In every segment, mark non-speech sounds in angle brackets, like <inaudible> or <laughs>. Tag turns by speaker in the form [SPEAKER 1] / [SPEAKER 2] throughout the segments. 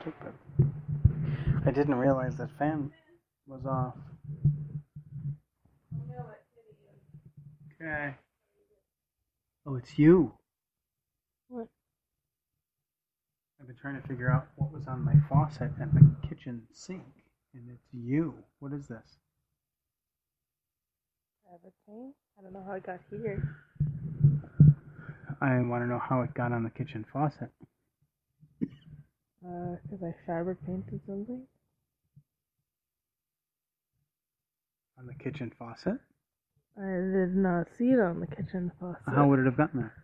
[SPEAKER 1] stupid. I didn't realize that fan was off. Okay. Oh, it's you.
[SPEAKER 2] What?
[SPEAKER 1] I've been trying to figure out what was on my faucet and the kitchen sink, and it's you. What is this?
[SPEAKER 2] Everything. I don't know how I got here.
[SPEAKER 1] I want to know how it got on the kitchen faucet.
[SPEAKER 2] Uh, cause I fabric painted something.
[SPEAKER 1] On the kitchen faucet?
[SPEAKER 2] I did not see it on the kitchen faucet
[SPEAKER 1] How would it have gotten there?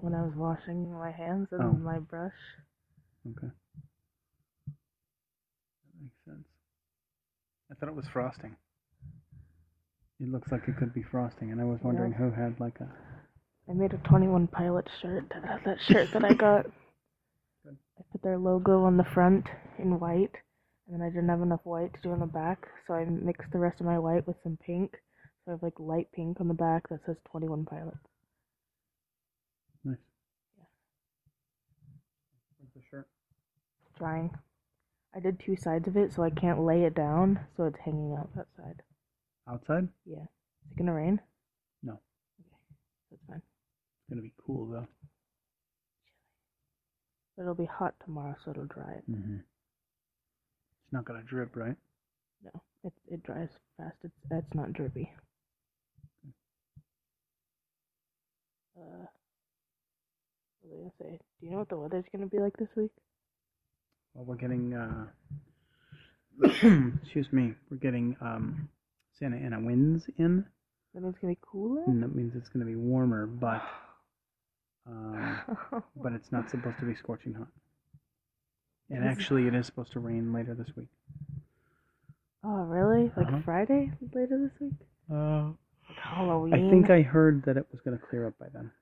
[SPEAKER 2] when I was washing my hands and
[SPEAKER 1] Oh.
[SPEAKER 2] my brush.
[SPEAKER 1] Okay. That makes sense. I thought it was frosting. It looks like it could be frosting, and I was wondering who had like a.
[SPEAKER 2] I made a 21 Pilot shirt. That was that shirt that I got.
[SPEAKER 1] Good.
[SPEAKER 2] I put their logo on the front in white, and then I didn't have enough white to do on the back, so I mixed the rest of my white with some pink. So I have like light pink on the back that says 21 Pilot.
[SPEAKER 1] Nice. Where's the shirt?
[SPEAKER 2] Drying. I did two sides of it, so I can't lay it down, so it's hanging out that side.
[SPEAKER 1] Outside?
[SPEAKER 2] Yeah. Is it gonna rain?
[SPEAKER 1] No.
[SPEAKER 2] Okay. That's fine.
[SPEAKER 1] It's gonna be cool though.
[SPEAKER 2] But it'll be hot tomorrow, so it'll dry it.
[SPEAKER 1] Mm-hmm. It's not gonna drip, right?
[SPEAKER 2] No, it it dries fast. It's it's not drippy.
[SPEAKER 1] Hmm.
[SPEAKER 2] Uh, what was I gonna say? Do you know what the weather's gonna be like this week?
[SPEAKER 1] Well, we're getting. Uh, <coughs> excuse me. We're getting um, Santa Ana winds in,
[SPEAKER 2] That means it's gonna be cooler. <laughs>
[SPEAKER 1] and that means it's gonna be warmer, but. Um, but it's not supposed to be scorching hot. And
[SPEAKER 2] Is-
[SPEAKER 1] actually, it is supposed to rain later this week.
[SPEAKER 2] oh, really? Like
[SPEAKER 1] Uh-huh.
[SPEAKER 2] Friday later this week?
[SPEAKER 1] Uh,
[SPEAKER 2] Like Halloween.
[SPEAKER 1] I think I heard that it was going to clear up by then.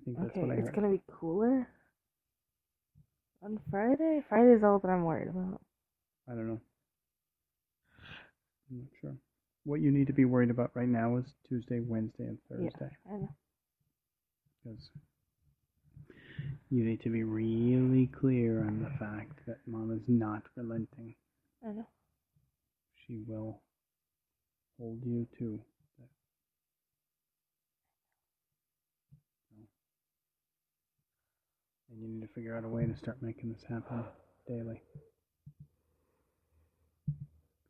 [SPEAKER 1] I think that's
[SPEAKER 2] Okay,
[SPEAKER 1] what I
[SPEAKER 2] it's
[SPEAKER 1] heard.
[SPEAKER 2] gonna be cooler on Friday. Friday's all that I'm worried about.
[SPEAKER 1] I don't know. I'm not sure. What you need to be worried about right now is Tuesday, Wednesday, and
[SPEAKER 2] Yeah.
[SPEAKER 1] Thursday
[SPEAKER 2] I know.
[SPEAKER 1] because you need to be really clear on the fact that Mom is not relenting.
[SPEAKER 2] I know.
[SPEAKER 1] She will hold you to that. And you need to figure out a way to start making this happen daily.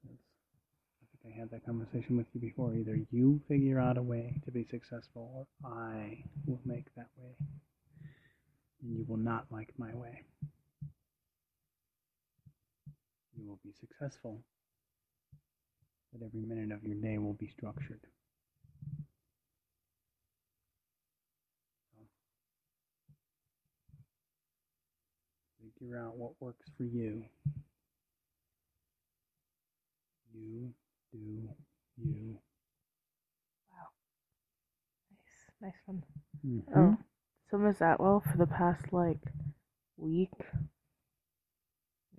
[SPEAKER 1] 'Cause I think I had that conversation with you before. Either you figure out a way to be successful, or I will make that way. And you will not like my way. You will be successful, that every minute of your day will be structured. Figure out what works for you. You do you.
[SPEAKER 2] Nice, nice one.
[SPEAKER 1] Mhm.
[SPEAKER 2] Oh, Summer Zatwell for the past like week,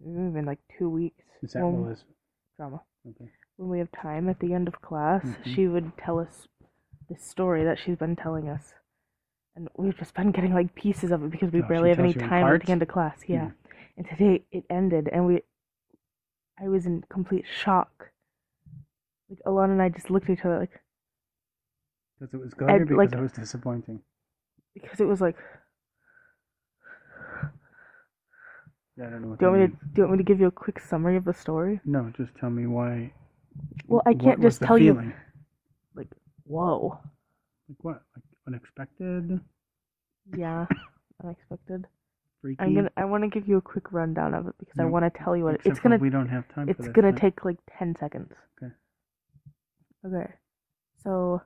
[SPEAKER 2] even like two weeks.
[SPEAKER 1] Is that
[SPEAKER 2] when-
[SPEAKER 1] what is?
[SPEAKER 2] drama?
[SPEAKER 1] Okay.
[SPEAKER 2] When we have time at the end of class,
[SPEAKER 1] Mhm.
[SPEAKER 2] she would tell us the story that she's been telling us, and we've just been getting like pieces of it because we
[SPEAKER 1] Oh, she
[SPEAKER 2] barely have any
[SPEAKER 1] tells you in
[SPEAKER 2] time at
[SPEAKER 1] parts? Mm-hmm.
[SPEAKER 2] the end of class. Yeah, and today it ended, and we, I was in complete shock. Like Alana and I just looked at each other like
[SPEAKER 1] Because it was good
[SPEAKER 2] I'd
[SPEAKER 1] or because
[SPEAKER 2] like-
[SPEAKER 1] it was disappointing?
[SPEAKER 2] because it was like,
[SPEAKER 1] I don't know what
[SPEAKER 2] do you
[SPEAKER 1] that
[SPEAKER 2] want me to
[SPEAKER 1] means.
[SPEAKER 2] do you want me to give you a quick summary of the story?
[SPEAKER 1] No, just tell me why.
[SPEAKER 2] Well, I
[SPEAKER 1] what
[SPEAKER 2] can't
[SPEAKER 1] was
[SPEAKER 2] just
[SPEAKER 1] the
[SPEAKER 2] tell you.
[SPEAKER 1] feeling?
[SPEAKER 2] Whoa.
[SPEAKER 1] Like what? Like unexpected?
[SPEAKER 2] Yeah, unexpected.
[SPEAKER 1] Freaky?
[SPEAKER 2] I'm gonna. I want to give you a quick rundown of it because I
[SPEAKER 1] No,
[SPEAKER 2] want to tell you what it,
[SPEAKER 1] Except
[SPEAKER 2] it's
[SPEAKER 1] for
[SPEAKER 2] gonna.
[SPEAKER 1] We don't have time for
[SPEAKER 2] It's
[SPEAKER 1] this,
[SPEAKER 2] gonna
[SPEAKER 1] right?
[SPEAKER 2] take like ten seconds.
[SPEAKER 1] Okay.
[SPEAKER 2] Okay. So,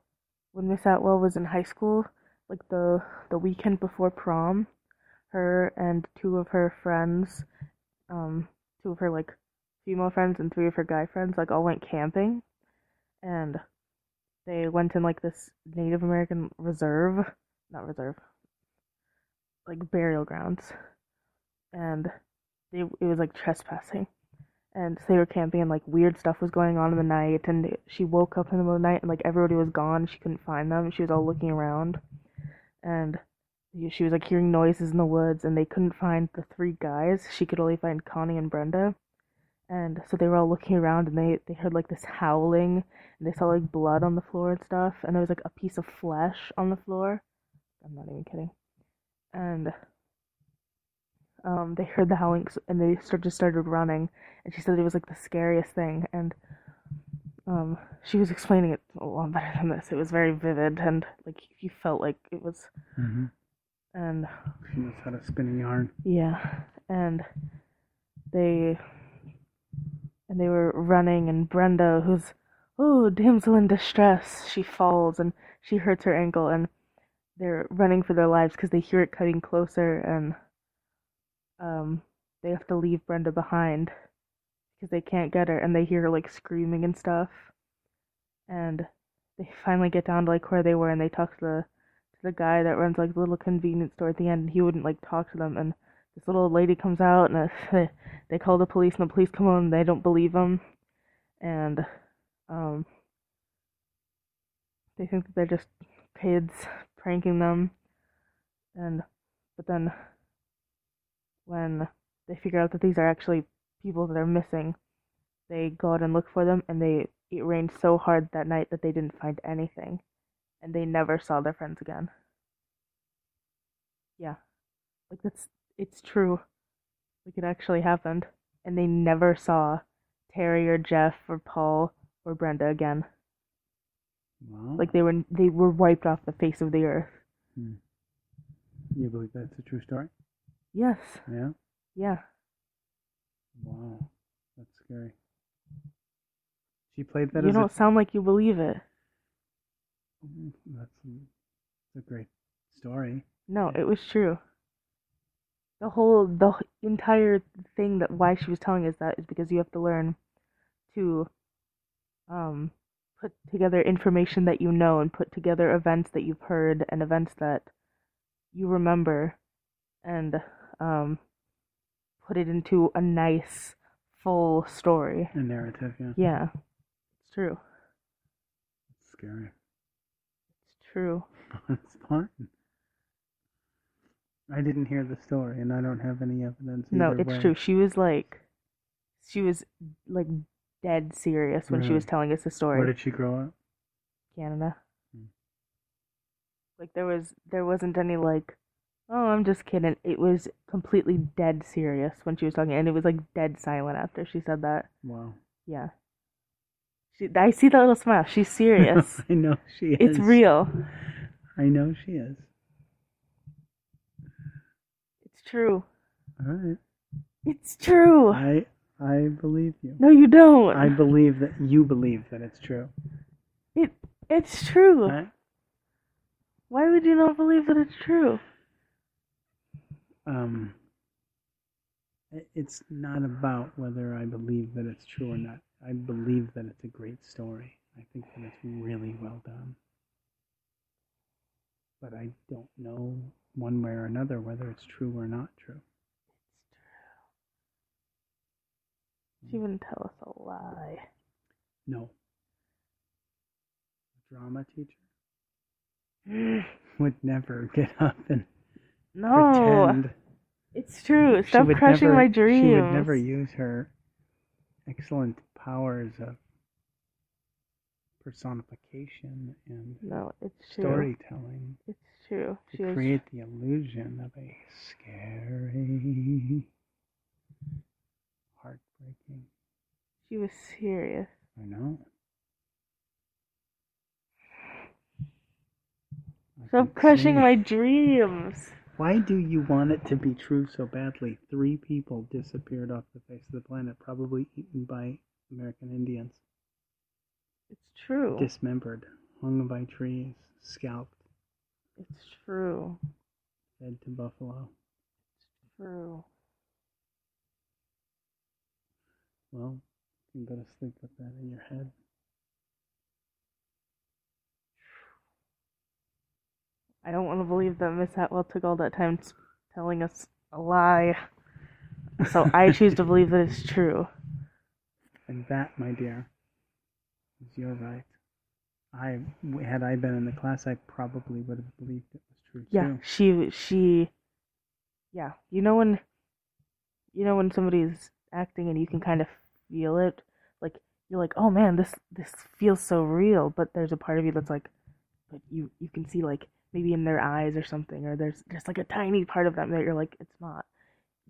[SPEAKER 2] when Miss Atwell was in high school, like the the weekend before prom, her and two of her friends, um, two of her like female friends and three of her guy friends, like all went camping, and they went in like this Native American reserve, not reserve, like burial grounds, and they it was like trespassing, and so they were camping and like weird stuff was going on in the night, and she woke up in the middle of the night and like everybody was gone, she couldn't find them, she was all looking around, and she was like hearing noises in the woods and they couldn't find the three guys. She could only find Connie and Brenda. And so they were all looking around and they, they heard like this howling and they saw like blood on the floor and stuff. And there was like a piece of flesh on the floor. I'm not even kidding. And um, they heard the howling s- and they start, just started running. And she said it was like the scariest thing. And um, she was explaining it a lot better than this. It was very vivid and like you felt like it was.
[SPEAKER 1] Mm-hmm.
[SPEAKER 2] And
[SPEAKER 1] She knows how to spin a yarn.
[SPEAKER 2] Yeah, and they and they were running, and Brenda, who's oh damsel in distress, she falls and she hurts her ankle, and they're running for their lives because they hear it coming closer, and um they have to leave Brenda behind because they can't get her, and they hear her like screaming and stuff, and they finally get down to like where they were, and they talk to the to the guy that runs like the little convenience store at the end, and he wouldn't like talk to them, and this little old lady comes out and uh, they, <laughs> they call the police and the police come on and they don't believe them and um they think that they're just kids pranking them and but then when they figure out that these are actually people that are missing they go out and look for them and they it rained so hard that night that they didn't find anything and they never saw their friends again yeah like that's it's true. Like it actually happened. And they never saw Terry or Jeff or Paul or Brenda again.
[SPEAKER 1] Wow.
[SPEAKER 2] Like they were they were wiped off the face of the earth.
[SPEAKER 1] you believe that's a true story?
[SPEAKER 2] Yes.
[SPEAKER 1] Yeah.
[SPEAKER 2] Yeah.
[SPEAKER 1] Wow. That's scary. She played that
[SPEAKER 2] you
[SPEAKER 1] as
[SPEAKER 2] don't sound like you believe it.
[SPEAKER 1] a. Mhm, That's a, that's a great story.
[SPEAKER 2] No, it was true. The whole the h- entire thing that why she was telling us that is because you have to learn to um put together information that you know and put together events that you've heard and events that you remember and um put it into a nice full story.
[SPEAKER 1] A narrative, yeah.
[SPEAKER 2] Yeah. It's true.
[SPEAKER 1] It's scary. <laughs>
[SPEAKER 2] It's true.
[SPEAKER 1] It's fun. I didn't hear the story, and I don't have any evidence.
[SPEAKER 2] No,
[SPEAKER 1] either
[SPEAKER 2] it's
[SPEAKER 1] way.
[SPEAKER 2] true. She was like, she was like dead serious when she
[SPEAKER 1] Really?
[SPEAKER 2] was telling us the
[SPEAKER 1] Where
[SPEAKER 2] story.
[SPEAKER 1] did she grow up?
[SPEAKER 2] Canada.
[SPEAKER 1] Hmm.
[SPEAKER 2] Like there was, there wasn't any like, oh, I'm just kidding. It was completely dead serious when she was talking, and it was like dead silent after she said that.
[SPEAKER 1] Wow.
[SPEAKER 2] Yeah. She, I see that little smile.
[SPEAKER 1] <laughs>
[SPEAKER 2] She's serious.
[SPEAKER 1] I know she is.
[SPEAKER 2] it's real.
[SPEAKER 1] I know she is.
[SPEAKER 2] It's true.
[SPEAKER 1] All right.
[SPEAKER 2] It's true.
[SPEAKER 1] I I believe you.
[SPEAKER 2] No, you don't.
[SPEAKER 1] I believe that you believe that it's true.
[SPEAKER 2] It, it's true.
[SPEAKER 1] I,
[SPEAKER 2] Why would you not believe that it's true?
[SPEAKER 1] um, i- it's not about whether I believe that it's true or not. I believe that it's a great story. I think that it's really well done. But I don't know one way or another whether it's true or not true.
[SPEAKER 2] She wouldn't tell us a lie.
[SPEAKER 1] No. Drama teacher <laughs> Mm.
[SPEAKER 2] no,
[SPEAKER 1] would never get up and
[SPEAKER 2] Oh.
[SPEAKER 1] pretend.
[SPEAKER 2] it's true. Stop
[SPEAKER 1] would
[SPEAKER 2] crushing
[SPEAKER 1] never-
[SPEAKER 2] my dreams.
[SPEAKER 1] She would never use her excellent powers of personification and
[SPEAKER 2] No, it's true.
[SPEAKER 1] storytelling
[SPEAKER 2] It's true.
[SPEAKER 1] to
[SPEAKER 2] She was
[SPEAKER 1] create the illusion of a scary, heartbreaking.
[SPEAKER 2] she was serious.
[SPEAKER 1] I know. I
[SPEAKER 2] Stop
[SPEAKER 1] can
[SPEAKER 2] crushing
[SPEAKER 1] see-
[SPEAKER 2] my dreams.
[SPEAKER 1] Why do you want it to be true so badly? Three people disappeared off the face of the planet, probably eaten by American Indians.
[SPEAKER 2] It's true.
[SPEAKER 1] dismembered, hung by trees, scalped,
[SPEAKER 2] It's true.
[SPEAKER 1] fed to buffalo.
[SPEAKER 2] True.
[SPEAKER 1] Well, you can go to sleep with that in your head.
[SPEAKER 2] I don't want to believe that Miss Atwell took all that time s- telling us a lie. So I choose to believe that it's true.
[SPEAKER 1] And that, my dear, is your right. I had I been in the class, I probably would have believed it was True.
[SPEAKER 2] Yeah,
[SPEAKER 1] too.
[SPEAKER 2] she she yeah, you know when you know when somebody's acting and you can kind of feel it, like you're like, "Oh man, this this feels so real," but there's a part of you that's like but you you can see like maybe in their eyes or something or there's just like a tiny part of them that you're like, "It's not."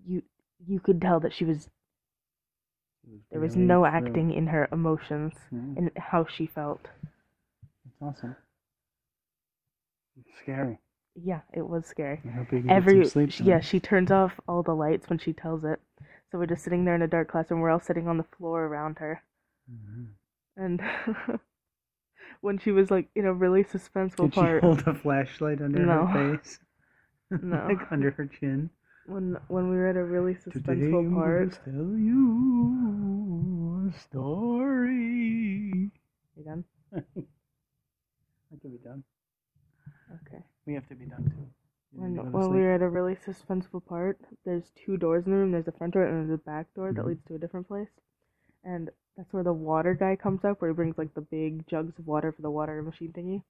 [SPEAKER 2] You you could tell that she was
[SPEAKER 1] It
[SPEAKER 2] there was
[SPEAKER 1] really
[SPEAKER 2] no
[SPEAKER 1] true.
[SPEAKER 2] acting in her emotions
[SPEAKER 1] Yeah,
[SPEAKER 2] and how she felt.
[SPEAKER 1] it's awesome. It's scary.
[SPEAKER 2] Yeah, it was scary.
[SPEAKER 1] I hope you can
[SPEAKER 2] every
[SPEAKER 1] get some sleep.
[SPEAKER 2] sh-
[SPEAKER 1] tonight.
[SPEAKER 2] yeah she turns off all the lights when she tells it so we're just sitting there in a dark classroom we're all sitting on the floor around her
[SPEAKER 1] Mhm.
[SPEAKER 2] and <laughs> when she was like in a really suspenseful
[SPEAKER 1] Did
[SPEAKER 2] part
[SPEAKER 1] she hold a flashlight under her
[SPEAKER 2] No.
[SPEAKER 1] face?
[SPEAKER 2] <laughs> No.
[SPEAKER 1] like under her chin.
[SPEAKER 2] when when we were at a really
[SPEAKER 1] Today
[SPEAKER 2] suspenseful
[SPEAKER 1] I'm going
[SPEAKER 2] part
[SPEAKER 1] to tell you a story.
[SPEAKER 2] You done?
[SPEAKER 1] I can be done.
[SPEAKER 2] okay
[SPEAKER 1] We have to be done too. You
[SPEAKER 2] when
[SPEAKER 1] need to go to
[SPEAKER 2] when we
[SPEAKER 1] sleep.
[SPEAKER 2] were at a really suspenseful part there's two doors in the room there's a front door and there's a back door that
[SPEAKER 1] Mhm.
[SPEAKER 2] leads to a different place and that's where the water guy comes up where he brings like the big jugs of water for the water machine thingy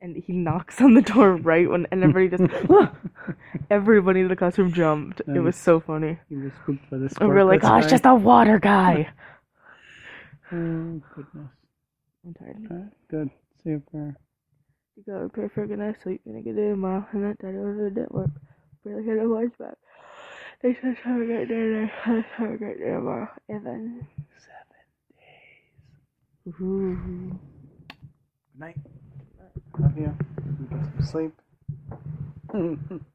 [SPEAKER 2] and he knocks on the door right when and everybody just <laughs>
[SPEAKER 1] <laughs>
[SPEAKER 2] Everybody in the classroom jumped. It was
[SPEAKER 1] Nice.
[SPEAKER 2] so funny.
[SPEAKER 1] you were spooked by the
[SPEAKER 2] And
[SPEAKER 1] spark
[SPEAKER 2] we were like,
[SPEAKER 1] that's
[SPEAKER 2] oh, it's
[SPEAKER 1] flying."
[SPEAKER 2] just a water guy.
[SPEAKER 1] Oh, goodness.
[SPEAKER 2] I'm tired.
[SPEAKER 1] All right, good. See you for
[SPEAKER 2] You gotta pray for a good night's sleep and a good day tomorrow. And that daddy over the network. Really gonna watch back. They just have a great day today. Let's have a great day tomorrow. Evan.
[SPEAKER 1] seven days.
[SPEAKER 2] Ooh.
[SPEAKER 1] Good night. Love you. You get some sleep. <laughs>